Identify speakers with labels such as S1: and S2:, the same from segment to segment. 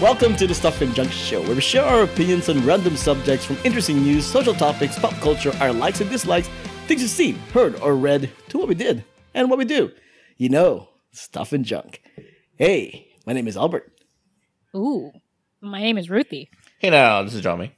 S1: Welcome to the Stuff and Junk Show, where we share our opinions on random subjects from interesting news, social topics, pop culture, our likes and dislikes, things we've seen, heard, or read, to what we did and what we do. You know, stuff and junk. Hey, my name is Albert.
S2: Ooh, my name is Ruthie.
S3: Hey now, this is Johnny.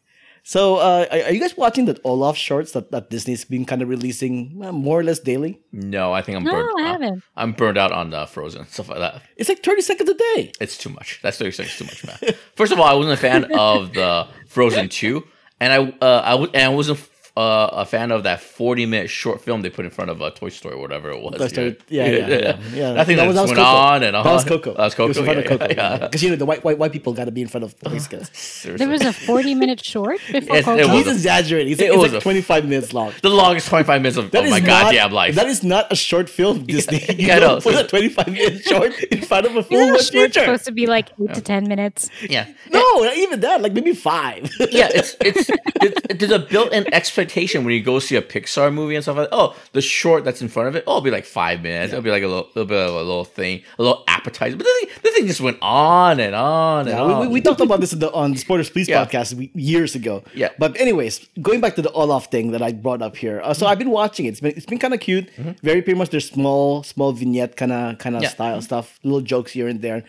S1: So, uh, are are you guys watching that Olaf shorts that, that Disney's been kind of releasing uh, more or less daily?
S3: No, I think I'm
S2: no,
S3: burned.
S2: I
S3: out.
S2: haven't.
S3: I'm burned out on uh, Frozen and stuff like that.
S1: It's like 30 seconds a day.
S3: It's too much. That's thirty seconds too much, man. First of all, I wasn't a fan of the Frozen two, and I uh, I w- and I wasn't uh, a fan of that forty minute short film they put in front of uh, Toy Story, or whatever it was.
S1: Toy Story- yeah, yeah, yeah, yeah.
S3: I
S1: That was-
S3: think that, was,
S1: that was
S3: went
S1: Coco.
S3: on and on.
S1: That was Coco.
S3: That was
S1: It was
S3: Coco.
S1: in front
S3: yeah,
S1: of Coco.
S3: yeah, yeah.
S1: Because, you know, the white, white, white people got to be in front of these guys.
S3: Seriously.
S2: There was a 40 minute short before
S3: Yes, there
S2: Coco.
S3: was
S1: He's exaggerating. He's like,
S3: It
S1: it's
S3: was
S1: like
S3: a-
S1: 25 minutes long.
S3: the longest twenty five minutes of,
S1: That
S3: of
S1: is
S3: my
S1: not-
S3: goddamn life.
S1: That is not a short film, Disney. you
S3: yeah, I
S1: don't
S3: know.
S1: put a 25 minute short in front of a
S2: Isn't
S1: full
S2: the
S1: length
S2: short
S1: feature.
S2: supposed to be like 8 to 10 minutes?
S3: yeah.
S1: No, not even that. Like maybe five.
S3: yeah, it's it's it, there's a built-in expectation when you go see a Pixar movie and stuff like that. Oh, the short that's in front of it, oh, it'll be like five minutes. It'll be like a little, little bit of a little thing, a little appetizer. But the thing, the thing just went on and on and
S1: Yeah,
S3: on.
S1: we, we, we talked about this in the, on the Spoilers Please
S3: Yeah.
S1: podcast we, years ago.
S3: Yeah.
S1: But anyways, going back to the Olaf thing that I brought up here. Uh, so
S3: Mm-hmm.
S1: I've been watching it. It's been it's been kind of cute. Very pretty much their small small vignette kind of kind of
S3: Yeah. Mm-hmm.
S1: style stuff, little jokes here and there.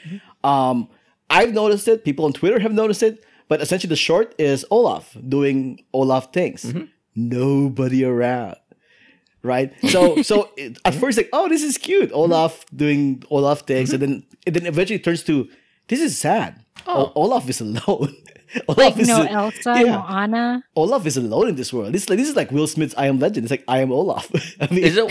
S1: Um, I've noticed it. People on Twitter have noticed it. But essentially, the short is Olaf doing Olaf things.
S3: Mm-hmm.
S1: Nobody around. Right, so so it, at first like oh this is cute Olaf doing Olaf things and then
S2: Mm-hmm.
S1: and then eventually it turns to this is sad. O- Olaf is alone. Olaf
S2: Oh. Like
S1: is
S2: no Elsa, no
S1: Yeah.
S2: Anna.
S1: Olaf is alone in this world. This is like this is like Will Smith's I Am Legend. It's like I am Olaf. I mean,
S3: is it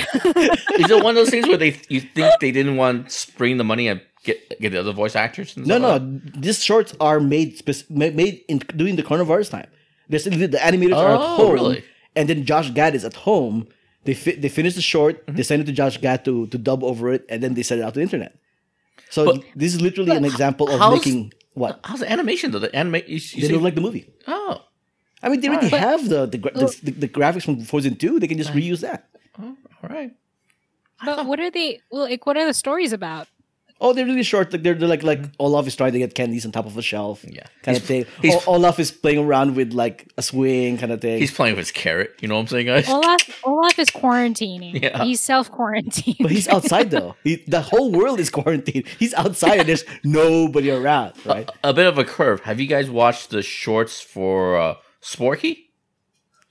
S3: is it one of those things where they you think they didn't want to spring the money and get get the other voice actors? And
S1: no,
S3: stuff
S1: no.
S3: like
S1: These shorts are made spec- ma- made in during the coronavirus time. There's the the animators are at
S3: Oh,
S1: home,
S3: really?
S1: and then Josh Gad is at home. They fi- they finish the short.
S3: Mm-hmm.
S1: They send it to Josh Gad to to dub over it, and then they send it out to the internet. So
S3: But-
S1: this is literally an example of
S3: how's-
S1: making
S3: that?
S1: what
S3: How's the animation though? The anime you, you
S1: they
S3: see-
S1: don't like the movie.
S3: oh.
S1: I mean, they already
S3: Right.
S1: have the the, gra- the, the the graphics from Frozen Two. They can just reuse that.
S3: oh, all right.
S2: But what are they? Well, like, what are the stories about?
S1: Oh, they're really short. Like they're, they're like like Olaf is trying to get candies on top of a shelf.
S3: Mm-hmm. Yeah.
S1: kind
S3: He's-
S1: of thing.
S3: he's-
S1: O- Olaf is playing around with like a swing, kind of thing.
S3: He's playing with his carrot. You know what I'm saying, guys?
S2: Olaf Olaf is quarantining.
S3: Yeah.
S2: He's self quarantined.
S1: but he's outside though. He, the whole world is quarantined. He's outside and there's nobody around. Right?
S3: a bit of a curve. Have you guys watched the shorts for uh, Sporky?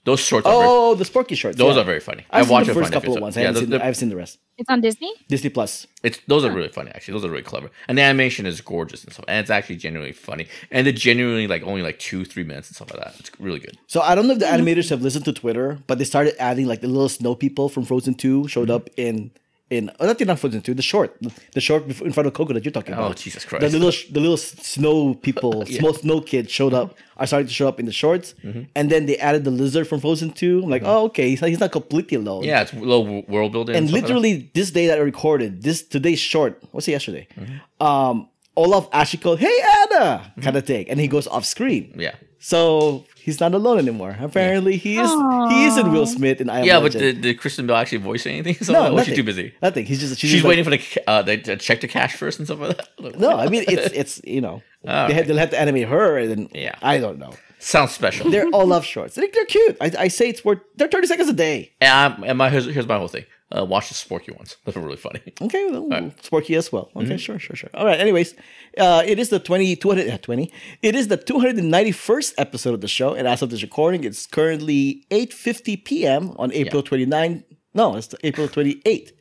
S3: Those shorts are very,
S1: oh, the Sporky shorts.
S3: those
S1: yeah.
S3: are very funny.
S1: I've seen
S3: watched
S1: the
S3: a
S1: first
S3: funny
S1: couple of
S3: episode.
S1: ones. I
S3: Yeah,
S1: haven't
S3: the-
S1: seen.
S3: the-
S1: The, I've seen the rest.
S2: It's on Disney.
S1: Disney Plus.
S3: it's those are really funny actually. Those are really clever, and the animation is gorgeous and stuff. And it's actually genuinely funny, and they're genuinely like only like two three minutes and stuff like that. It's really good.
S1: So I don't know if the animators have listened to Twitter, but they started adding like the little snow people from Frozen Two showed
S3: Mm-hmm.
S1: up in in oh, not the not Frozen Two, the short, the short before, in front of Coco that you're talking
S3: Oh,
S1: about.
S3: Jesus
S1: The
S3: Christ.
S1: little sh- the little s- snow people, small snow kids showed up.
S3: Mm-hmm.
S1: Are starting to show up in the shorts, and then they added the lizard from Frozen Two. I'm like,
S3: Mm-hmm.
S1: oh okay, he's not, he's not completely alone.
S3: Yeah, it's a little w- world building.
S1: And
S3: stuff like that.
S1: literally this day that I recorded this today's short, what's it yesterday?
S3: Mm-hmm.
S1: Um, Olaf actually called, "Hey Anna," kind of thing, and he goes off screen.
S3: yeah,
S1: So he's not alone anymore. Apparently, he is. He isn't Will Smith in I Am
S3: yeah. But
S1: Legend.
S3: did, did Kristen Bell actually voice anything? So
S1: no,
S3: no, was
S1: nothing.
S3: she too busy?
S1: Nothing. He's just she's,
S3: She's
S1: just like-
S3: waiting for the ca- uh, the, the check to cash first and stuff like that. Like,
S1: no, I mean it's it's you know they had, they'll have to animate her and then
S3: Oh, Yeah.
S1: I don't know.
S3: sounds special.
S1: They're all love shorts. They're, they're cute. I, I say it's worth. They're thirty seconds a day.
S3: And, I'm, and my here's, here's my whole thing. Uh, watch the Sporky ones. Those are really funny.
S1: Okay, well, Sporky as well. Okay, sure, sure, sure. All right. Anyways, uh, it is the 20, 200, uh, 20. It is the two hundred and ninety first episode of the show, and as of this recording, it's currently eight fifty p.m. on April twenty nine. No, it's the April twenty eighth.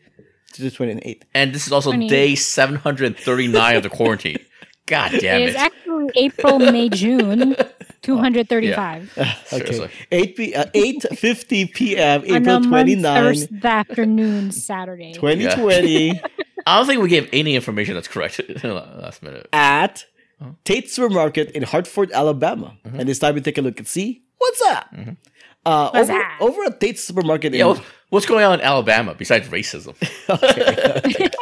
S1: It's the twenty eighth.
S3: And this is also
S2: Funny.
S3: day 739 of the quarantine. God damn
S2: It
S3: it.
S2: is actually April, May, June, two hundred thirty-five.
S1: Okay.
S3: Seriously.
S1: 8 p- uh, 8.50 p.m.
S2: On
S1: April
S2: a
S1: 29,
S2: Month, Thursday afternoon, Saturday.
S1: 2020
S3: I don't think we gave any information that's correct last minute.
S1: at Tate's Supermarket in Hartford, Alabama. And it's time we take a look and see what's up. Uh,
S2: What's
S1: over,
S2: up?
S1: over at Tate's Supermarket in...
S3: Yeah, what- what's going on in Alabama besides racism?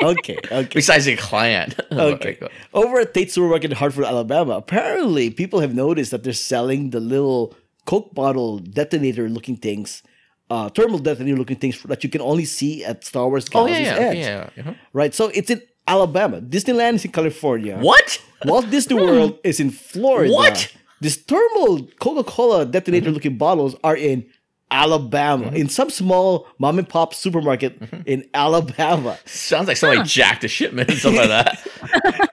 S1: okay, okay.
S3: besides a client?
S1: Oh, Okay.
S3: uh, oh,
S1: Over at Tate's Supermarket in Hartford, Alabama, apparently people have noticed that they're selling the little Coke bottle detonator looking things, uh, thermal detonator looking things that you can only see at Star Wars
S3: Oh,
S1: Galaxy's
S3: yeah, yeah.
S1: Edge.
S3: yeah, yeah. Uh-huh.
S1: right? So it's in Alabama. Disneyland is in California.
S3: What? Hmm.
S1: Walt Disney World is in Florida.
S3: What? Mm-hmm.
S1: These thermal Coca-Cola detonator-looking bottles are in Alabama, in some small mom and pop supermarket
S3: Mm-hmm.
S1: in Alabama.
S3: Sounds like something like Jack the Shipman and stuff like that.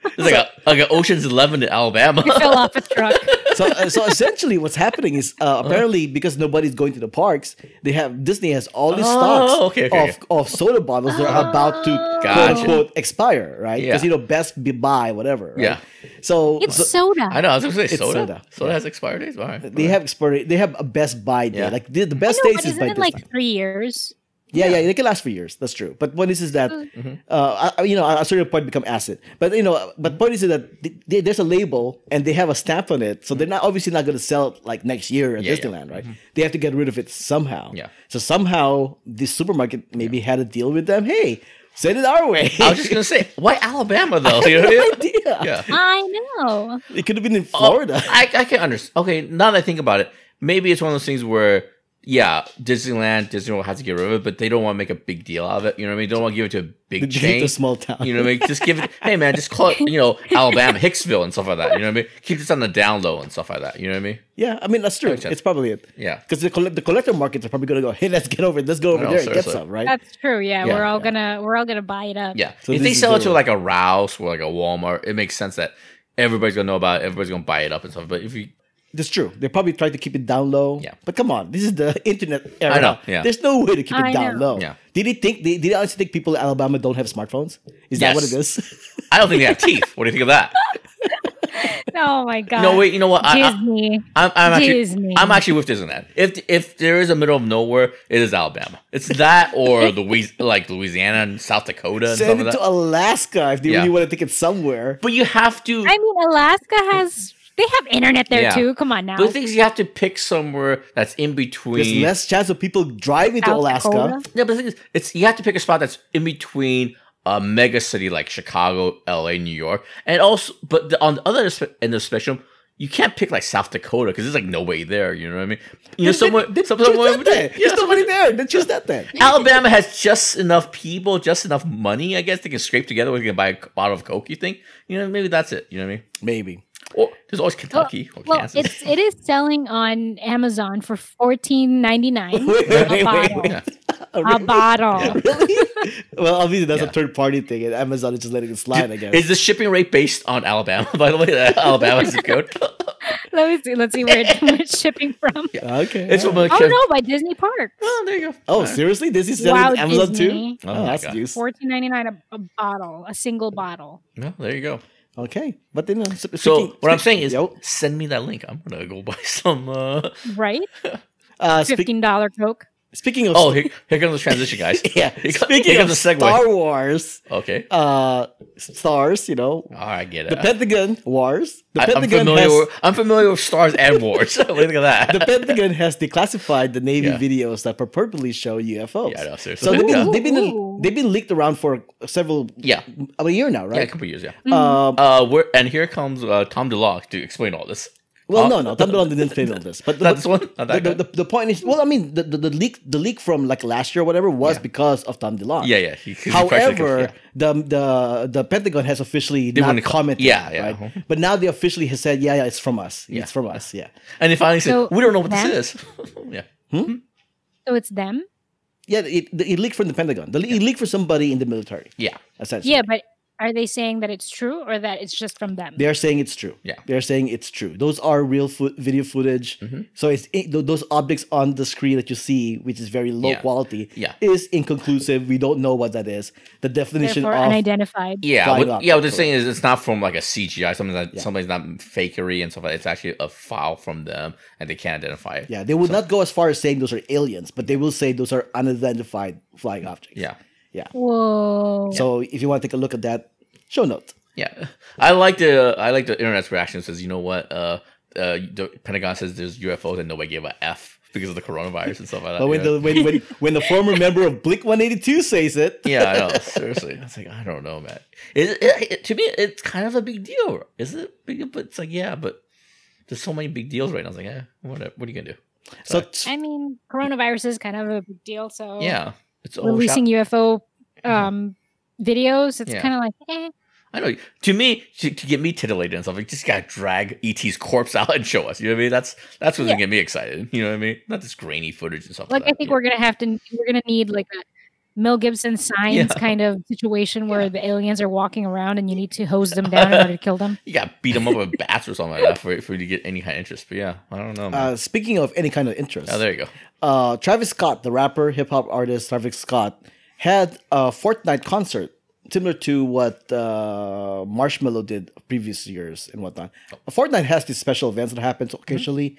S3: It's like a, like an Ocean's Eleven in
S2: You
S3: Alabama.
S2: fell off a truck.
S1: So, uh, so essentially, what's happening is
S3: Uh-huh.
S1: uh, apparently because nobody's going to the parks, they have Disney has all these
S3: Oh,
S1: stocks
S3: okay, okay,
S1: of,
S3: okay.
S1: of soda bottles that are about to
S3: Gotcha.
S1: quote unquote expire, right? Because
S3: Yeah.
S1: you know, best be buy whatever. Right?
S3: Yeah.
S1: So,
S2: It's
S1: so
S2: soda.
S3: I know. I was gonna say
S1: It's
S3: soda.
S1: soda.
S3: Soda, has expired dates. All right.
S1: they have expired. They have a best buy day.
S3: Yeah.
S1: Like the, the
S2: I
S1: best
S2: know,
S1: days
S2: but
S1: is
S2: isn't
S1: by
S2: it
S1: this
S2: like
S1: time.
S2: three years?
S1: Yeah, yeah, they can last for years. That's true. But point is, is that
S3: Mm-hmm.
S1: uh, I, I- you know, at a certain point become acid. But you know, but point is that th- they, there's a label and they have a stamp on it, so they're not obviously not going to sell it like next year at
S3: Mm-hmm. Yeah, yeah.
S1: Disneyland, right? They have to get rid of it somehow.
S3: Yeah.
S1: So somehow this supermarket maybe had a deal with them. Hey, send it our way.
S3: I was just gonna say why Alabama though. You know?
S1: no idea.
S3: Yeah. Oh,
S2: I know.
S1: It could have been in Florida.
S3: I, I can understand. Okay, now that I think about it, maybe it's one of those things where, yeah, Disneyland, Disney World has to get rid of it, but they don't want to make a big deal out of it. You know what I mean? They don't want to give it to a big chain.
S1: a small town.
S3: You know what I mean? Just give it, hey man, just call it, you know, Alabama, Hicksville and stuff like that. You know what I mean? Keep this on the down low and stuff like that. You know what I mean?
S1: yeah, I mean that's true.
S3: Makes sense.
S1: It's probably it.
S3: Yeah.
S1: Because the, collect- the collector markets are probably going to go, hey, let's get over it. Let's go over
S3: No,
S1: there and get
S3: seriously.
S1: some, right?
S2: That's true. Yeah,
S3: Yeah,
S2: we're all
S1: yeah.
S2: gonna we're all gonna buy it up.
S3: Yeah.
S1: So
S3: if
S1: this
S3: they
S1: is
S3: sell it
S1: their-
S3: to like a Rouse or like a Walmart, it makes sense that everybody's going to know about it. Everybody's going to buy it up and stuff. But if you,
S1: That's true. They probably tried to keep it down low.
S3: Yeah.
S1: But come on, this is the internet era.
S3: I know,
S1: now.
S3: yeah.
S1: There's no way to keep it
S2: I
S1: down
S2: know.
S1: low.
S3: Yeah.
S1: Did they think they did they honestly think people in Alabama don't have smartphones? Is that what it is?
S3: I don't think they have teeth. What do you think of that?
S2: Oh my god.
S3: No, wait, you know what? I- I,
S2: Disney.
S3: I'm, I'm actually,
S2: Disney.
S3: I'm actually with Disneyland. If if there is a middle of nowhere, it is Alabama. It's that or Louis, like Louisiana and South Dakota and stuff
S1: Send
S3: like
S1: it
S3: that.
S1: to Alaska if they
S3: Yeah.
S1: really want to take it somewhere.
S3: but you have to.
S2: I mean, Alaska has they have internet there
S3: Yeah.
S2: too. Come on now.
S3: But the thing is, you have to pick somewhere that's in
S1: There's
S3: between.
S1: less chance of people driving to
S2: South
S1: Alaska.
S2: Dakota?
S3: yeah, but the thing is, it's you have to pick a spot that's in between a mega city like Chicago, L.A., New York, and also. But the, on the other spe- end of the spectrum. You can't pick like South Dakota because there's like nobody there. You know what I mean? You know,
S1: Then-
S3: somewhere,
S1: then- then
S3: somewhere,
S1: choose that then.
S3: yeah,
S1: There's nobody there. Then choose that then.
S3: Alabama has just enough people, just enough money, I guess, they can scrape together where they can buy a bottle of Coke, you think? You know, maybe that's it. You know what I mean?
S1: Maybe.
S3: Or there's always Kentucky or
S2: well,
S3: Kansas.
S2: it's it is selling on Amazon for fourteen ninety nine.
S1: Wait, wait, wait,
S2: A bottle.
S1: wait.
S3: yeah.
S2: A bottle.
S1: Really? well, obviously that's
S3: Yeah.
S1: a third party thing, and Amazon is just letting it slide, I guess.
S3: Is the shipping rate based on Alabama, by the way? The Alabama zip code?
S2: Let me see. Let's see where, it, where it's shipping from.
S1: okay.
S3: It's from a
S2: Oh no, by Disney Park.
S3: Oh, there you go.
S1: oh,
S3: All right.
S1: seriously? This is selling
S2: Wow,
S1: to Amazon
S2: Disney.
S1: too?
S3: Oh
S1: Oh,
S3: my
S1: that's
S3: God.
S1: juice.
S2: Fourteen ninety nine a, a bottle, a single bottle.
S3: No, there you go.
S1: Okay, but then uh, sp-
S3: So
S1: speaking-
S3: what I'm saying is,
S1: Yo.
S3: send me that link. I'm gonna go buy some. Uh...
S2: Right?
S1: uh, speak-
S2: Fifteen dollar Coke.
S1: speaking of
S3: Oh, here, here comes the transition, guys.
S1: yeah,
S3: here, co-
S1: speaking
S3: here
S1: of
S3: comes the segue.
S1: Star Wars
S3: Okay.
S1: uh, stars, you know,
S3: All right, I get it.
S1: the Pentagon wars. The
S3: I, am
S1: Pentagon
S3: familiar.
S1: has
S3: With, I'm familiar with stars and wars. what do you think of that?
S1: the Pentagon has declassified the Navy
S3: Yeah.
S1: videos that purportedly show UFOs.
S3: Yeah, I know, seriously.
S1: so they've been,
S3: Yeah.
S1: they've
S2: Ooh.
S1: been they've been leaked around for several
S3: yeah,
S1: about a year now,
S3: yeah, a
S1: right?
S3: couple years. Yeah.
S2: Mm-hmm.
S1: Um,
S3: Uh, we're, and here comes uh, Tom DeLocke to explain all this.
S1: well,
S3: uh,
S1: no, no, Tom Dolan didn't fail on this, but
S3: Not this one. Not
S1: the,
S3: that
S1: the,
S3: guy?
S1: the, the point is, well, I mean, the, the, the leak the leak from like last year or whatever was because of Tom DeLonge.
S3: yeah, yeah. He, he practically
S1: However,
S3: goes-
S1: the the the Pentagon has officially
S3: wanna
S1: not
S3: co-
S1: commented.
S3: yeah, yeah. Uh-huh.
S1: Right? But now they officially has said, yeah, yeah, it's from us.
S3: Yeah.
S1: It's from us. Yeah.
S3: yeah. and he finally said,
S2: So,
S3: "We don't know what
S2: then-
S3: this is." yeah,
S2: So it's them.
S1: Yeah, it, it leaked from the Pentagon. The, It leaked for somebody in the military,
S3: yeah,
S1: essentially.
S2: Yeah, but are they saying that it's true or that it's just from them?
S1: They are saying it's true.
S3: Yeah.
S1: They are saying it's true. Those are real fo- video footage.
S3: Mm-hmm.
S1: So it's it, tho- those objects on the screen that you see, which is very low
S3: Yeah.
S1: quality,
S3: Yeah.
S1: is inconclusive. We don't know what that is. The definition
S2: Therefore,
S1: of
S2: unidentified.
S3: yeah.
S1: Flying
S3: What,
S1: up,
S3: yeah, what they're
S1: so-
S3: saying is it's not from like a CGI. Something that somebody's not fakery and stuff. Like that. It's actually a file from them, and they can't identify it.
S1: yeah, they will not go as far as saying those are aliens, but they will say those are unidentified flying objects.
S3: yeah,
S1: Yeah.
S2: Whoa.
S1: So if you want to take a look at that, show notes.
S3: yeah. I like the I like the internet's reaction. It says, "You know what? Uh, uh, the Pentagon says there's UFOs, and nobody gave a f because of the coronavirus and stuff like
S1: But
S3: that." you
S1: when
S3: know?
S1: the when, when when the former member of Blink One Eighty Two says it,
S3: yeah, I know. Seriously, it's like I don't know, man. It, it, it- to me, it's kind of a big deal, is it? Big, but it's like yeah, but there's so many big deals right now. It's like, eh, what? What are you gonna do?
S1: so
S2: I mean, coronavirus is kind of a big deal, so
S3: Yeah, it's all
S1: Mm-hmm.
S2: releasing UFO um videos, it's
S3: Yeah.
S2: kind of like, eh.
S3: I know. To me, to, to get me titillated and stuff, like just gotta drag ET's corpse out and show us. You know what I mean? That's that's what's gonna get me excited. You know what I mean? Not this grainy footage and stuff.
S2: Like I
S3: that.
S2: think
S3: Yeah.
S2: we're gonna have to, we're gonna need like a Mel Gibson signs
S3: Yeah.
S2: kind of situation where the aliens are walking around and you need to hose them down in order to kill them.
S3: you gotta beat them up with bats or something like that for for you to get any kind of interest. But yeah, I don't know. Man.
S1: Uh, speaking of any kind of interest,
S3: oh, there you go.
S1: uh, Travis Scott, the rapper, hip hop artist Travis Scott, had a Fortnite concert similar to what uh, Marshmello did previous years and whatnot. Fortnite has these special events that happens occasionally,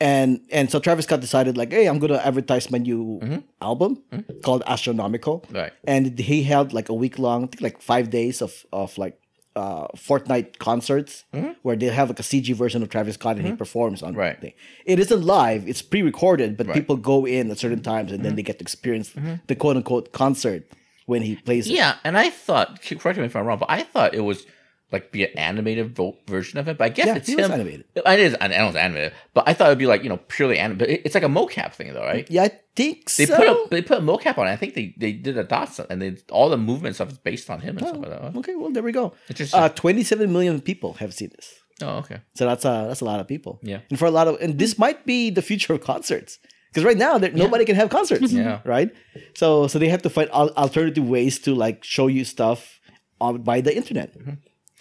S1: and and so Travis Scott decided like, hey, I'm gonna advertise my new album called Astronomical,
S3: Right.
S1: and he held like a week long, I think like five days of of like. Uh, Fortnite concerts where they have like a CG version of Travis Scott and he performs on
S3: Hmm? Right.
S1: thing. It isn't live; it's pre-recorded, but
S3: Right. Hmm?
S1: people go in at certain times and then they get to experience the quote-unquote concert when he plays it.
S3: Yeah, and I thought. Correct me if I'm wrong, but I thought it was like be an animated vo- version of it. But I guess
S1: Yeah,
S3: it's
S1: he was
S3: him.
S1: animated.
S3: It is. I know it's animated, but I thought it'd be like you know purely animated. It's like a mocap thing, though, right?
S1: Yeah, I think
S3: They
S1: so.
S3: put a they put a mocap on. it. I think they, they did a dot stuff, and they all the movement stuff is based on him and stuff like that. huh?
S1: okay, Oh, well there we go.
S3: Interesting.
S1: Uh, 27 million people have seen this,
S3: oh, okay.
S1: so that's a that's a lot of people.
S3: Yeah.
S1: and for a lot of and this might be the future of concerts because right now there, nobody can have concerts.
S3: Yeah.
S1: right. So so they have to find al- alternative ways to like show you stuff on, by the internet.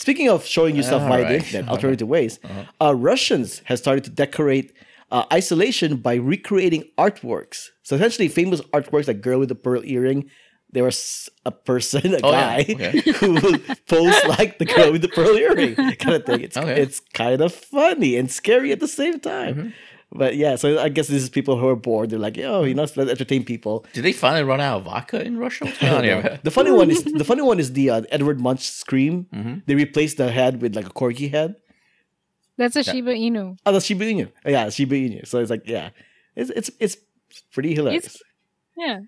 S1: Speaking of showing you stuff via the
S3: Mm-hmm. Alright. Uh-huh.
S1: internet, alternative ways, uh Russians have started to decorate uh, isolation by recreating artworks. So essentially, famous artworks like "Girl with the Pearl Earring." There was a person, a
S3: Oh,
S1: guy,
S3: yeah. Okay.
S1: who would pose like the girl with the pearl earring kind of thing. It's
S3: Okay.
S1: it's kind of funny and scary at the same time. But yeah, so I guess this is people who are bored. They're like, oh, you know, let's entertain people.
S3: Did they finally run out of vodka in Russia? What's going on here?
S1: The funny one is the funny one is the uh, Edward Munch scream. They replaced the head with like a corgi head.
S2: That's a Shiba Inu.
S1: Oh, that's Shiba Inu. Yeah, Shiba Inu. So it's like, yeah, it's it's it's pretty hilarious.
S2: Yeah.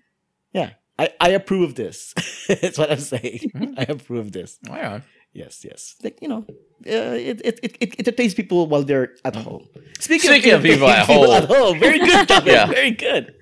S1: yeah, I, I approve of this. That's what I'm saying. I approve of this.
S3: Mm-hmm. Right on.
S1: Yes, yes. Like, you know, uh, it, it, it, it entertains people while they're at home. Speaking,
S3: Speaking of people at
S1: entertaining
S3: home.
S1: very good, Kevin,
S3: Yeah.
S1: very good.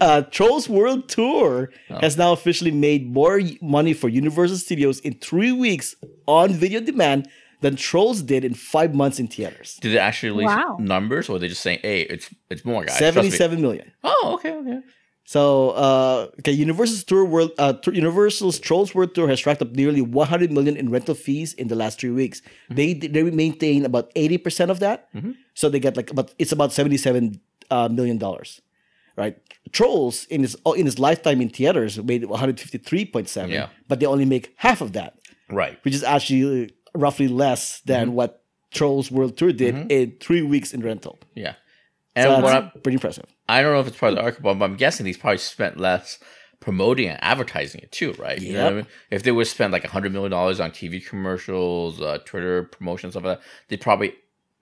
S1: Uh, Trolls World Tour
S3: Oh.
S1: has now officially made more y- money for Universal Studios in three weeks on video demand than Trolls did in five months in theaters.
S3: Did they actually release
S2: Wow.
S3: numbers, or are they just saying, "Hey, it's it's more guys"? trust me."
S1: Seventy-seven million.
S3: Oh, okay, okay.
S1: So, uh, okay, Universal's Tour World, uh, Tr- Universal's Trolls World Tour has racked up nearly 100 million in rental fees in the last three weeks.
S3: Mm-hmm.
S1: They they maintain about 80 percent of that, so they get like about it's about 77 uh, million dollars, right? Trolls in its in its lifetime in theaters made 153.7,
S3: Yeah.
S1: but they only make half of that,
S3: Right.
S1: which is actually roughly less than
S3: Mm-hmm.
S1: what Trolls World Tour did in three weeks in rental.
S3: Yeah.
S1: So
S3: Mm-hmm. And what
S1: that's
S3: I'm,
S1: pretty impressive.
S3: I don't know if it's part of the article, but I'm guessing he's probably spent less promoting and advertising it too, right? You know what I
S1: Yep.
S3: mean? If they would spend like hundred million dollars on TV commercials, uh, Twitter promotions, stuff like that, they probably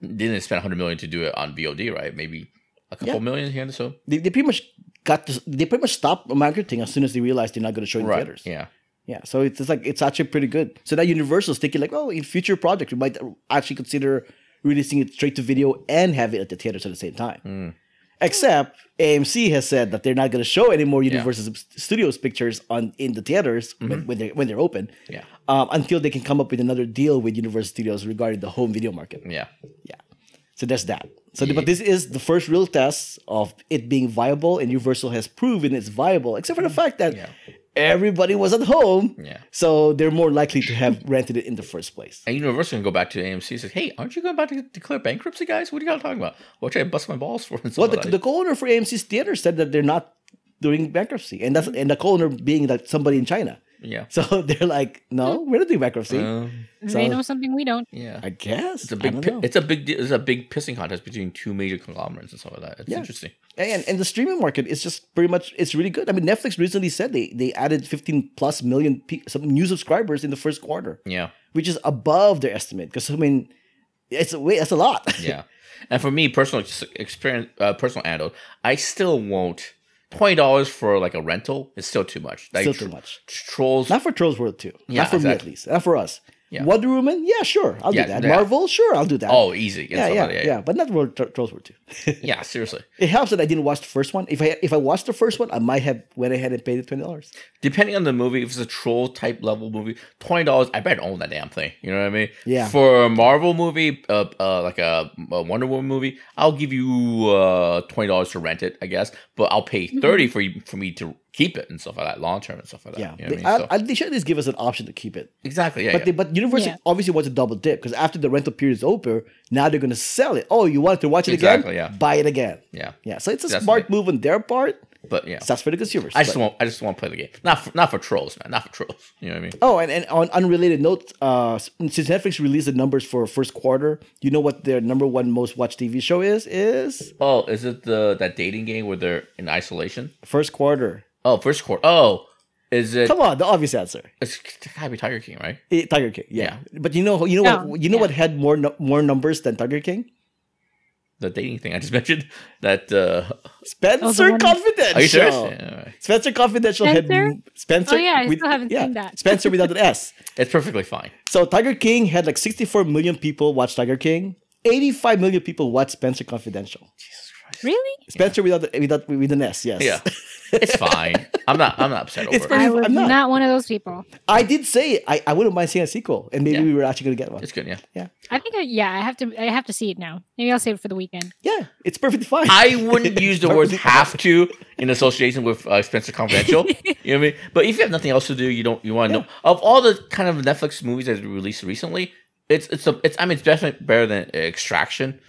S3: didn't spend hundred million to do it on VOD, right? Maybe a couple
S1: Yeah.
S3: million here and so.
S1: they, they pretty much got to, they pretty much stopped marketing as soon as they realized they're not going to show in
S3: Right.
S1: theaters.
S3: Yeah.
S1: Yeah, so it's, it's like it's actually pretty good. So now Universal's thinking like, oh, in future projects we might actually consider releasing it straight to video and have it at the theaters at the same time.
S3: Mm.
S1: Except AMC has said that they're not going to show any more Universal Studios pictures on in the theaters when, when they when they're open.
S3: Mm-hmm. Yeah.
S1: Um, until they can come up with another deal with Universal Studios regarding the home video market.
S3: Yeah.
S1: Yeah. So there's that. So, but this is the first real test of it being viable, and Universal has proven it's viable, except for the fact that
S3: Yeah.
S1: everybody was at home.
S3: Yeah.
S1: So they're more likely to have rented it in the first place.
S3: And Universal can go back to AMC and say, "Hey, aren't you going about to declare bankruptcy, guys? What are y'all talking about? What should I bust my balls for?" And
S1: Well,
S3: stuff
S1: the,
S3: like
S1: the
S3: that.
S1: co-owner for AMC's theater said that they're not doing bankruptcy, and that's and the co-owner being like somebody in China.
S3: yeah,
S1: So they're like,
S3: Hmm.
S1: no, we're not doing bankruptcy.
S3: Um,
S1: So-
S2: they know something we don't.
S3: yeah.
S1: I guess
S3: It's a big,
S1: I
S3: pi-
S1: don't know.
S3: it's a big, de- it's a big pissing contest between two major conglomerates and stuff like that. It's
S1: Yeah.
S3: interesting.
S1: and and the streaming market is just pretty much it's really good. I mean, Netflix recently said they they added 15 plus million pe- some new subscribers in the first quarter,
S3: Yeah,
S1: which is above their estimate. Because I mean, it's a way that's a lot.
S3: yeah. and for me, personal ex- experience, uh, personal anecdote, I still won't. Twenty dollars for like a rental is still too much. Like,
S1: Still too much.
S3: Trolls.
S1: Not for Trolls World 2.
S3: Yeah,
S1: Not for me at
S3: exactly.
S1: least. Not for us.
S3: Yeah.
S1: Wonder Woman, yeah, sure, I'll
S3: Yeah,
S1: do that.
S3: yeah.
S1: Marvel, sure, I'll do that.
S3: Oh, easy.
S1: yeah,
S3: It's
S1: yeah,
S3: not-
S1: yeah, but not World Tro- Trolls War Two.
S3: Yeah, seriously.
S1: It helps that I didn't watch the first one. If I if I watched the first one, I might have went ahead and paid the twenty dollars.
S3: Depending on the movie, if it's a troll type level movie, twenty dollars, I bet own that damn thing. You know what I mean?
S1: Yeah.
S3: For a Marvel movie, uh, uh like a, a Wonder Woman movie, I'll give you uh twenty dollars to rent it, I guess, but I'll pay
S1: Mm-hmm.
S3: thirty for you, for me to keep it and stuff like that, long term and stuff like that.
S1: Yeah,
S3: You know
S1: they,
S3: what I mean?
S1: I,
S3: So-
S1: I, they should at least give us an option to keep it.
S3: exactly. Yeah.
S1: But
S3: yeah.
S1: they, but Universal
S2: Yeah.
S1: obviously wants a double dip because after the rental period is over, now they're going to sell it. Oh, you wanted to watch it
S3: Exactly, yeah.
S1: again? Buy it again.
S3: yeah.
S1: Yeah, so it's a
S3: That's
S1: smart
S3: right.
S1: move on their part.
S3: But yeah.
S1: Sucks for the consumers.
S3: I just
S1: but-
S3: want I just want to play the game. Not for, not for trolls, man. Not for trolls. You know what I mean?
S1: oh, and, and on unrelated note, uh, since Netflix released the numbers for first quarter, you know what their number one most watched TV show is? Is
S3: Oh, is it the that dating game where they're in isolation?
S1: first quarter.
S3: Oh, first quarter. Oh, is it?
S1: Come on, the obvious answer.
S3: It's gotta be Tiger King, right?
S1: Eh, Tiger King. Yeah. But you know you know what
S2: Yeah,
S1: you know
S2: Oh, yeah.
S1: what had more nu- more numbers than Tiger King?
S3: The dating thing I just mentioned. That uh,
S1: Spencer
S2: one-
S1: Confidential.
S3: are you serious? Yeah, all right.
S1: Spencer Confidential
S2: Spencer?
S1: had Spencer.
S2: Oh, yeah, I still haven't seen that.
S1: Spencer without an S.
S3: It's perfectly fine.
S1: So Tiger King had like 64 million people watch Tiger King. 85 million people watch Spencer Confidential.
S3: Jesus Christ.
S2: Really?
S1: Spencer without the, without with an S. Yes.
S3: Yeah, it's fine. I'm not. I'm not upset over
S1: It's
S3: it.
S1: pretty-
S2: I
S1: I'm
S2: was
S1: not.
S2: not. one of those people.
S1: I did say it. I, I wouldn't mind seeing a sequel, and maybe
S3: Yeah.
S1: we were actually gonna get one.
S3: It's good. Yeah,
S2: I think I, yeah, I have to I have to see it now. Maybe I'll save it for the weekend.
S1: yeah, it's perfectly fine.
S3: I wouldn't use the words "have to" in association with uh, Spencer Confidential. you know what I mean? But if you have nothing else to do, you don't. You want to know of all the kind of Netflix movies that were released recently. It's it's a, it's I mean it's definitely better than uh, Extraction.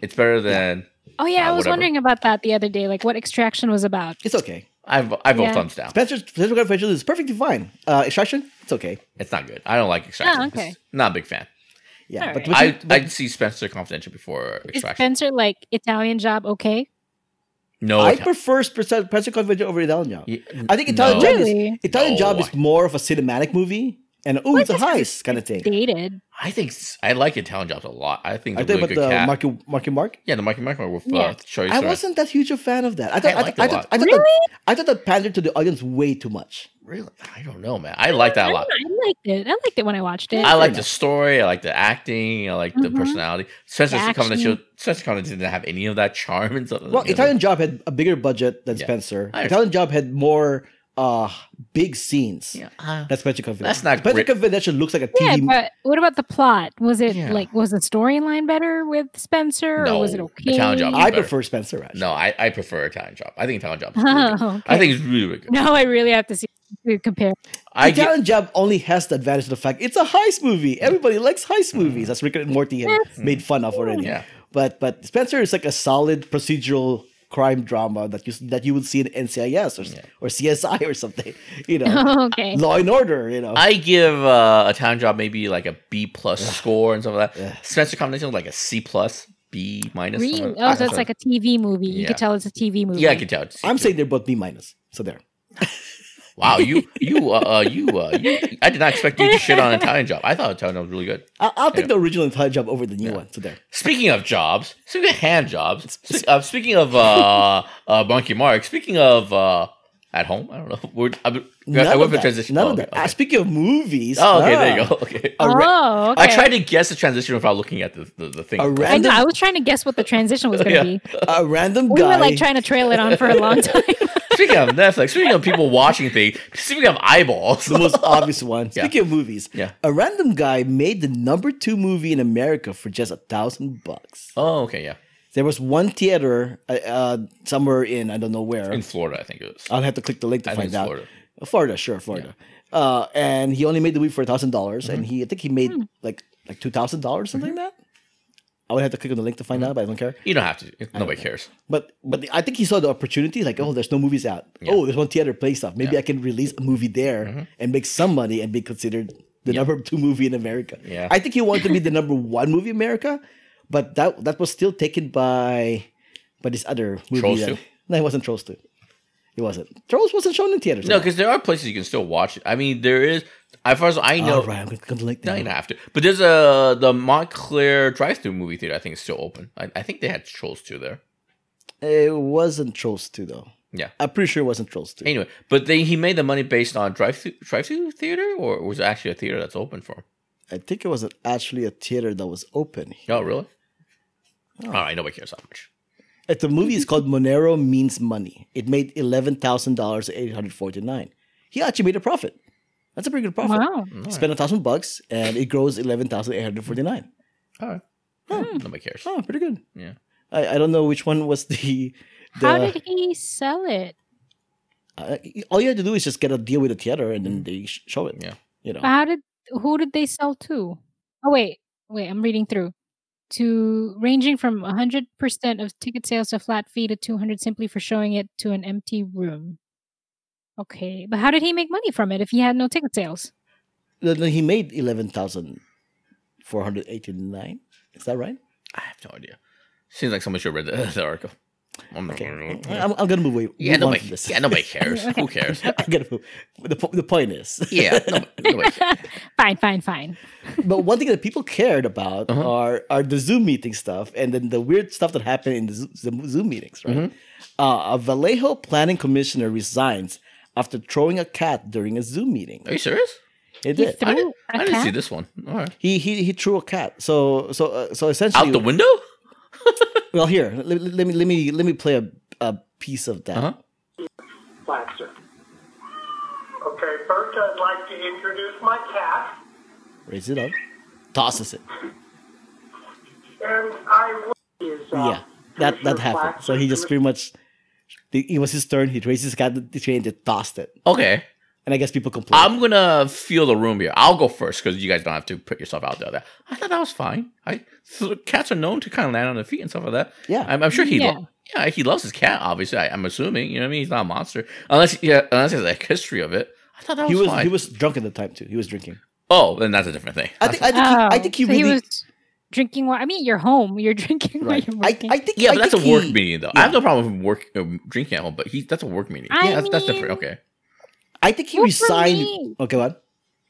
S3: It's better than
S2: Oh yeah, I
S3: Uh,
S2: was
S3: whatever.
S2: wondering about that the other day, like what extraction was about.
S1: it's okay.
S3: I I vote
S2: Yeah.
S3: thumbs down.
S1: Spencer Spencer Confidential is perfectly fine. Uh, Extraction, it's okay.
S3: It's not good. I don't like Extraction.
S2: Oh, okay.
S3: It's- Not a big fan.
S1: Yeah,
S2: All
S1: but,
S2: right.
S1: but
S3: I
S1: you- but
S3: I see Spencer Confidential before
S2: Is
S3: Extraction.
S2: Spencer like Italian job okay?
S3: no,
S1: I
S3: it's-
S1: prefer Spencer Spencer Confidential over Italian Job.
S3: Yeah,
S1: I think
S3: no.
S1: Italian Job is
S2: Really?
S1: Italian
S3: No.
S1: Job is more of a cinematic movie, and oh,
S2: Well,
S1: it's a
S2: just 'cause
S1: heist kind of thing.
S2: Dated.
S3: I think s- I like Italian Jobs a lot. I think
S1: I
S3: it's
S1: think
S3: a
S1: about
S3: really good
S1: the
S3: cat.
S1: Marky Marky Mark.
S3: yeah, the Mikey Micro with
S2: Yeah.
S3: uh, Charlize
S1: I
S3: Theron.
S1: wasn't that huge a fan of that. I thought
S3: I
S1: I,
S3: liked
S1: thought, I
S3: it a
S1: thought,
S3: lot.
S1: I, thought
S2: Really?
S1: that, I thought that pandered to the audience way too much.
S3: really. I don't know, man. I like that a
S2: I,
S3: lot.
S2: don't know, I liked it. I liked it when I watched it.
S3: I like
S1: enough.
S3: the story. I like the acting. I like the
S2: Mhm.
S3: personality. Spencer
S2: The
S3: Confidential.
S2: action.
S3: Spencer Confidential didn't have any of that charm and stuff.
S1: Well,
S3: you know.
S1: Italian Job had a bigger budget than
S3: Yeah.
S1: Spencer.
S3: I-
S1: Italian Job had more uh big scenes.
S3: Yeah, uh,
S1: That's Spencer Confidential.
S3: That's not
S1: Spencer
S3: great.
S1: Confidential looks like a
S2: yeah,
S1: TV.
S2: but what about the plot? Was it
S3: Yeah.
S2: like was the storyline better with Spencer or was it
S3: No,
S2: okay?
S3: Italian Job.
S1: I
S3: better.
S1: prefer Spencer. Actually.
S3: no, I, I prefer Italian Job. I think Italian Job. Is really good.
S2: Oh, okay.
S3: I think it's really, really good.
S2: now I really have to see to compare.
S3: I get,
S1: Italian Job only has the advantage of the fact it's a heist movie. Everybody likes heist movies. That's Rick and Morty have
S2: Yes.
S1: made fun of already.
S3: Mm. yeah.
S1: But but Spencer is like a solid procedural crime drama that you that you would see in NCIS or,
S3: Yeah.
S1: or CSI or something. You know,
S2: okay.
S1: Law and Order. You know,
S3: I give uh, a town job maybe like a B plus score and stuff like that.
S1: Ugh.
S3: Spencer combination like a C plus, B minus.
S2: Really?
S3: something
S2: Oh,
S3: that.
S2: so it's like a TV movie. You
S3: Yeah.
S2: could tell it's a TV movie.
S3: yeah, I can tell. It's-
S1: I'm saying they're both B minus. So there.
S3: wow, you you uh, uh you uh you. I did not expect you to shit on Italian job. I thought Italian job was really good.
S1: I'll, I'll take
S3: Yeah.
S1: the original Italian Job over the new
S3: Yeah.
S1: one. So there.
S3: Speaking of jobs, speaking of hand jobs, spe- uh, speaking of uh, uh, Monkey Mark, speaking of uh, at home, I don't know. We're, I,
S1: None
S3: I
S1: of
S3: went for
S1: that.
S3: transition.
S1: None
S3: oh,
S1: of that.
S3: Okay,
S1: Ah,
S3: okay.
S1: speaking of movies.
S3: Oh, okay,
S1: ah,
S3: there you go. Okay.
S1: a ra-
S2: Oh, okay.
S3: I tried to guess the transition without looking at the the, the thing.
S1: A
S2: I know.
S1: random-
S2: I was trying to guess what the transition was going to
S3: Yeah.
S2: be.
S1: A random
S2: We
S1: guy.
S2: were like trying to trail it on for a long time.
S3: Speaking of Netflix, speaking of people watching things, speaking of eyeballs,
S1: the most obvious one.
S3: Yeah.
S1: Speaking of movies,
S3: Yeah.
S1: a random guy made the number two movie in America for just a thousand bucks.
S3: Oh, okay, yeah.
S1: There was one theater uh, uh, somewhere in I don't know where.
S3: In Florida, I think it was.
S1: I'll have to click the link to
S3: I think
S1: find
S3: it's
S1: out.
S3: Florida.
S1: Florida, sure, Florida. Uh, and he only made the movie for a thousand dollars, and
S3: Mm-hmm.
S1: he I think he made like like two thousand dollars something like that. I would have to click on the link to
S3: Mm-hmm.
S1: find out, but I don't care.
S3: You don't have to. Nobody cares.
S1: But but I think he saw the opportunity, like oh, there's no movies out.
S3: Yeah. Mm-hmm.
S1: Oh, there's one theater play stuff. Maybe I can release a movie there and make some money and be considered the number two movie in America.
S3: Yeah.
S1: I think he wanted to be the number one movie in America, but that that was still taken by by this other movie.
S3: Trolls
S1: that-
S3: 2?
S1: No, it wasn't Trolls Two. It wasn't. Trolls wasn't shown in theaters.
S3: No, because there are places you can still watch it. I mean, there is. As far as I know,
S1: All right, I'm gonna click on the link.
S3: no,
S1: now.
S3: you don't have to. But there's a the Montclair drive-through movie theater. I think is still open. I, I think they had Trolls too there.
S1: It wasn't Trolls 2, though.
S3: Yeah.
S1: I'm pretty sure it wasn't Trolls 2.
S3: Anyway, but they, he made the money based on drive-through drive-through theater, or was it actually a theater that's open for him?
S1: I think it was an- actually a theater that was open.
S3: Oh, really?
S1: Oh.
S3: All right, nobody cares that much.
S1: Uh, The movie is called Monero Means Money. It made eleven thousand dollars eight hundred forty nine. He actually made a profit. That's a pretty good profit.
S2: Wow.
S1: Spent a thousand bucks and it grows eleven thousand eight hundred forty nine.
S3: All right, Hmm. nobody cares.
S1: Oh, pretty good.
S3: Yeah.
S1: I, I don't know which one was the. the
S2: How did he sell it?
S1: uh, all you had to do is just get a deal with the theater and then they sh- show it.
S3: Mm-hmm. Yeah.
S1: You know.
S2: How did who did they sell to? Oh wait, wait, I'm reading through. To ranging from 100% of ticket sales to flat fee to 200 simply for showing it to an empty room. Okay, but how did he make money from it if he had no ticket sales?
S1: Then he made eleven thousand four hundred eighty nine. Is that right?
S3: I have no idea. Seems like someone should read the, the article. I'm not-
S1: Okay. I'm, I'm gonna move away.
S3: Mm-hmm. Yeah,
S1: move on
S3: nobody,
S1: from this.
S3: yeah, nobody cares. Who cares?
S1: I'm gonna move. The, po- the point is,
S3: Yeah, nobody, nobody cares.
S2: fine, fine, fine.
S1: but one thing that people cared about
S3: Uh-huh.
S1: are are the Zoom meeting stuff, and then the weird stuff that happened in the Zo- the Zoom meetings. Right,
S3: Mm-hmm.
S1: uh, a Vallejo planning commissioner resigns after throwing a cat during a Zoom meeting.
S3: Are you serious?
S1: It
S2: He
S1: did.
S2: threw
S3: I didn't,
S2: a
S3: I didn't see
S2: cat?
S3: this one. All right.
S1: He he he threw a cat. So so uh, so essentially,
S3: Out the window?
S1: well, here let, let me let me let me play a, a piece of that.
S3: Uh-huh.
S4: Plaster. Okay, first I'd like to introduce my cat,
S1: Raise it up, tosses it.
S4: and I is uh,
S1: Yeah, that that
S4: Commissioner
S1: happened. So he just
S4: Plaster.
S1: pretty much it was his turn. He raised his cat, the train, it tossed it,
S3: Okay.
S1: and I guess people complained.
S3: I'm gonna feel the room here. I'll go first because you guys don't have to put yourself out there. I thought that was fine. I so cats are known to kind of land on their feet and stuff like that.
S1: Yeah.
S3: I'm, I'm sure he.
S2: Yeah.
S3: Yeah. yeah, he loves his cat. Obviously, I, I'm assuming. You know what I mean? He's not a monster, unless yeah, unless he has a history of it. I thought that
S1: he
S3: was,
S1: was
S3: fine.
S1: he was drunk at the time too. He was drinking.
S3: oh, then that's a different thing.
S1: I think I think he, I think he
S2: Oh, so
S1: really.
S2: was drinking while I mean you're home, you're drinking
S1: right.
S2: while you're
S1: I,
S2: working.
S1: I think
S3: Yeah,
S1: I
S3: but that's a
S1: think
S3: work
S1: he-
S3: meeting though. I
S1: yeah.
S3: have no problem with work um, drinking at home, but he that's a work meeting.
S2: I
S3: yeah, that's, that's different.
S2: mean-
S3: Okay.
S1: I think he
S2: Well, for
S1: resigned.
S2: me-
S1: Okay, what?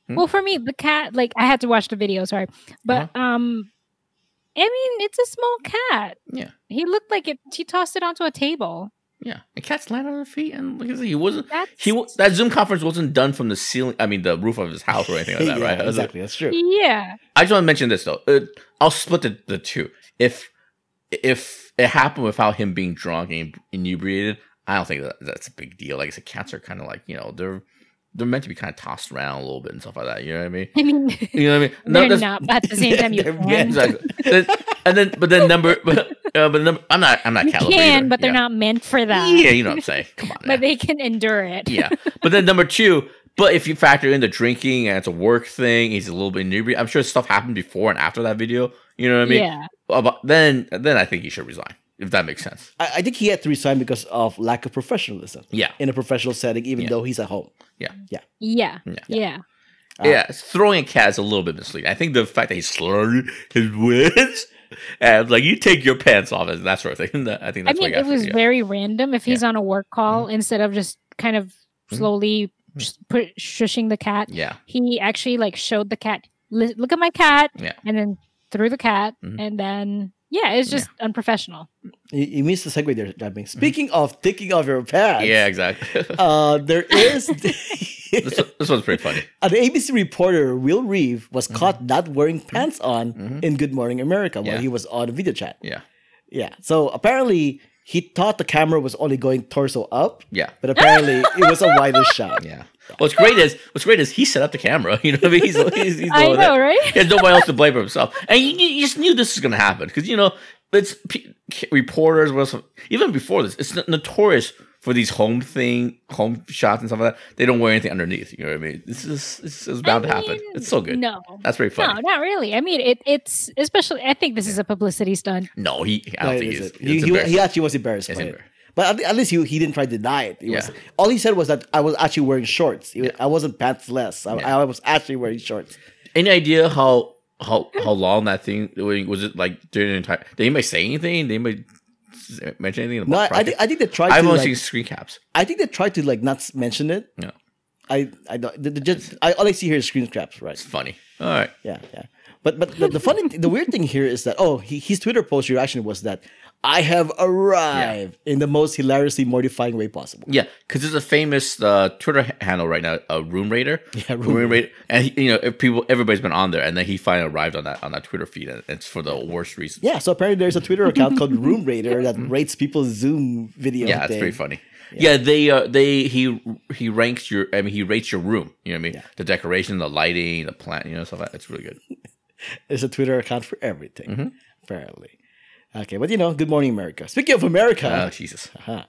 S3: Hmm?
S2: Well, for me, the cat, like I had to watch the video, sorry. But
S3: Uh-huh.
S2: um I mean, it's a small cat.
S3: Yeah.
S2: He looked like it he tossed it onto a table.
S3: Yeah, and cats land on their feet, and like I said, he wasn't.
S2: That's
S3: He wa- that Zoom conference wasn't done from the ceiling. I mean, the roof of his house or anything like that,
S1: Yeah,
S3: right? That's it.
S1: Exactly. That's true.
S2: Yeah.
S3: I just want to mention this though. Uh I'll split the, the two. If if it happened without him being drunk and inebriated, I don't think that, that's a big deal. Like I said, cats are kind of like you know they're they're meant to be kind of tossed around a little bit and stuff like that. You know what I mean?
S2: I mean
S3: You know what I mean? No,
S2: they're
S3: that's-
S2: not, but at the same time you
S1: They're
S2: can.
S1: meant-
S3: exactly. Then- and then but then number but, uh, but number I'm not I'm not
S2: You
S3: cat lover
S2: can,
S3: either.
S2: but they're
S3: yeah.
S2: not meant for that.
S3: Yeah, you know what I'm saying. Come on. now.
S2: But they can endure it.
S3: yeah. But then number two, but if you factor in the drinking and it's a work thing, he's a little bit inebriated. I'm sure stuff happened before and after that video. You know what I mean?
S2: Yeah.
S3: About, then then I think he should resign, if that makes sense.
S1: I, I think he had to resign because of lack of professionalism
S3: Yeah.
S1: in a professional setting, even
S3: Yeah.
S1: though he's at home.
S2: Yeah.
S3: Yeah.
S2: Yeah.
S1: Ah.
S3: yeah. Throwing a cat is a little bit misleading. I think the fact that he slurred his words and like you take your pants off and that sort of thing. I think
S2: I
S3: that's
S2: mean,
S3: what I
S2: it was
S3: got from you. Mm-hmm.
S2: very random. If he's on a work call, instead of just kind of slowly just put, shushing the cat,
S3: Yeah.
S2: he actually like showed the cat "Li- look at my cat
S3: Yeah.
S2: and then threw the cat
S3: Mhm.
S2: and then yeah it's just unprofessional
S1: You, you missed the segue there, Dabney. Speaking of taking off your pants,
S3: Mm-hmm. Yeah, exactly.
S1: uh, there is
S3: this, one- this one's pretty funny.
S1: an ABC reporter, Will Reeve, was
S3: Mm-hmm.
S1: caught not wearing pants on
S3: Mhm.
S1: in Good Morning America while
S3: Yeah.
S1: he was on a video chat.
S3: Yeah.
S1: Yeah. So apparently he thought the camera was only going torso up,
S3: Yeah.
S1: but apparently it was a wider shot.
S3: Yeah. What's great is what's great is he set up the camera. You know what I mean? He's, he's, he's the
S2: i
S3: one that-
S2: know right
S3: He has nobody else to blame but himself. And you, you just knew this was going to happen because, you know, it's p- reporters, what else, even before this, it's notorious for these home thing, home shots and stuff like that. They don't wear anything underneath. You know what I mean? It's just, it's just bound to happen.
S2: mean,
S3: It's so good.
S2: no
S3: That's pretty
S2: no
S3: funny.
S2: not really i mean it, it's especially i think this is a publicity stunt
S3: No, he, I don't
S1: Right,
S3: think
S1: is
S3: he's,
S1: it? he,
S3: he's
S1: he,
S3: embarrassed.
S1: he actually was embarrassed
S3: It's
S1: by it.
S3: embarrassing.
S1: But at, at least he, he didn't try to deny it. He was,
S3: Yeah.
S1: all he said was that I was actually wearing shorts. It was- I wasn't pantsless. I,
S3: Yeah.
S1: I was actually wearing shorts.
S3: Any idea how, how, how long that thing was it like during the entire, did anybody say anything? Did anybody s- mention anything?
S1: No, I,
S3: About the
S1: I,
S3: project?
S1: think, I think they tried
S3: I've
S1: to.
S3: only
S1: Like,
S3: seen screen caps.
S1: I think they tried to like not s- mention it.
S3: Yeah.
S1: I I don't. they- they just I all I see here is screen caps. Right.
S3: It's funny. All right.
S1: Yeah, yeah. But but the, the funny, th- the weird thing here is that oh, he, his Twitter post reaction was that I have arrived in the most hilariously mortifying way possible.
S3: Yeah, because there's a famous uh, Twitter h- handle right now, uh, Room Raider.
S1: Yeah, Room
S3: Room, Raider, and he, you know if people, everybody's been on there, and then he finally arrived on that on that Twitter feed, and it's for the worst reason.
S1: Yeah, so apparently there's a Twitter account called Room Raider that rates people's Zoom video.
S3: yeah, it's
S1: thing.
S3: pretty funny. Yeah, they uh, they he he ranks your I mean he rates your room. You know what I mean? The decoration, the lighting, the plant, you know stuff like that. It's really good.
S1: There's a Twitter account for everything,
S3: Mm-hmm.
S1: apparently. Okay, but you know, Good Morning America. Speaking of America,
S3: Oh Jesus!
S1: Huh.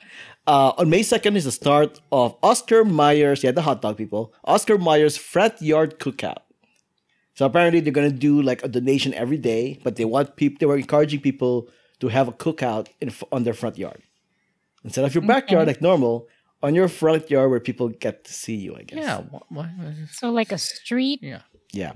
S1: Uh, on May 2nd is the start of Oscar Myers, yeah, the hot dog people, Oscar Myers Front Yard Cookout. So apparently they're going to do like a donation every day, but they want people, they were encouraging people to have a cookout in, f- on their front yard. Instead of your backyard like normal, on your front yard where people get to see you, I guess.
S3: Yeah, wh- why? was this-
S2: So like a street
S3: Yeah,
S1: Yeah.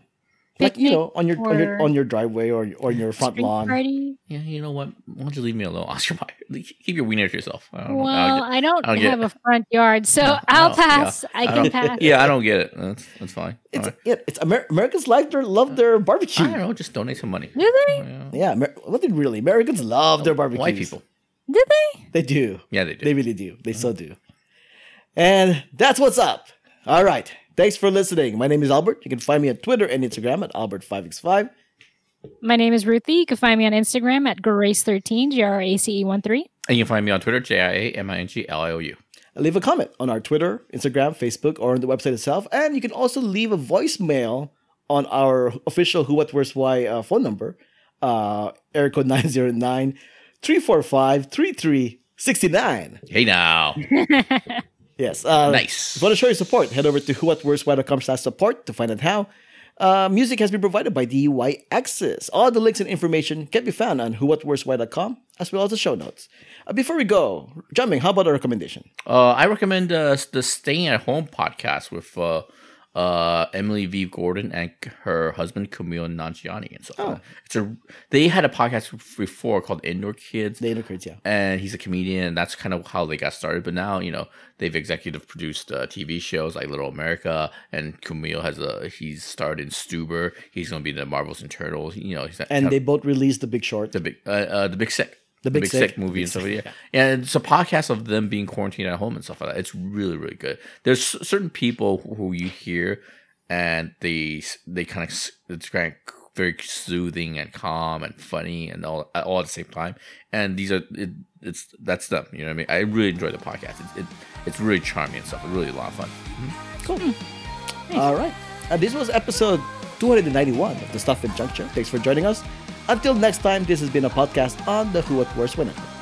S1: Like, you
S2: Picnic
S1: know, on your, on your
S2: or-
S1: on your driveway or, or on your front
S2: street
S1: lawn.
S2: party.
S3: yeah. You know what? Why don't you leave me alone, Oscar Mayer? Keep your wiener to yourself. I don't know. I don't
S2: Well,
S3: get-
S2: I don't,
S3: I don't get
S2: have a front yard, so I'll
S3: oh, yeah.
S2: pass. I can
S3: don't-
S2: pass.
S3: yeah, I don't get it. That's that's fine.
S1: It's,
S3: All right.
S1: yeah, it's Amer- Americans like their love their barbecue.
S3: I don't know. Just donate some money.
S2: Do they?
S3: Yeah.
S1: Yeah, Amer- what did really Americans love their barbecue?
S3: White people.
S2: Did they?
S1: They do.
S3: Yeah, they do. Mm-hmm.
S1: They really do. They so do. And that's what's up. All right. Thanks for listening. My name is Albert. You can find me on Twitter and Instagram at Albert5x5.
S2: My name is Ruthie. You can find me on Instagram at Grace13, G R A C E 1 3.
S3: and you can find me on Twitter, J I A M I N G L I O U.
S1: Leave a comment on our Twitter, Instagram, Facebook, or on the website itself. And you can also leave a voicemail on our official Who, What, Where's, Why uh, phone number, uh, air code 909 345 3369.
S3: Hey now.
S1: Yes. Uh,
S3: Nice.
S1: If you want to show your support, head over to whowhatworstwhy.com slash support to find out how. Uh, music has been provided by DUI Access. All the links and information can be found on whowhatworstwhy.com as well as the show notes. Uh, before we go, jumping, how about a recommendation?
S3: Uh, I recommend uh, the Staying at Home podcast with uh, uh, Emily V. Gordon and c- her husband Camille Nanjiani. And so uh,
S1: Oh.
S3: it's a they had a podcast before called Indoor Kids.
S1: The Intercretes, yeah.
S3: and he's a comedian and that's kind of how they got started but now you know they've executive produced uh, tv shows like little america and camille has a he's starred in stuber he's going to be in the marvels and turtles you know he's
S1: And they both released The Big Short.
S3: the big uh, uh the big sick
S1: The Big Sick.
S3: movie and stuff like that. Yeah. And it's a podcast of them being quarantined at home and stuff like that. It's really, really good. There's c- certain people who you hear and they s- they kind of it's kind of very soothing and calm and funny and all all at the same time. And these are it, it's that's them. You know what I mean? I really enjoy the podcast. It's it, it's really charming and stuff. It's really a lot of fun.
S1: Cool. All right. And this was episode 291 of The Stuff in Junction. Thanks for joining us. Until next time, this has been a podcast on the Who What Worst Why Network.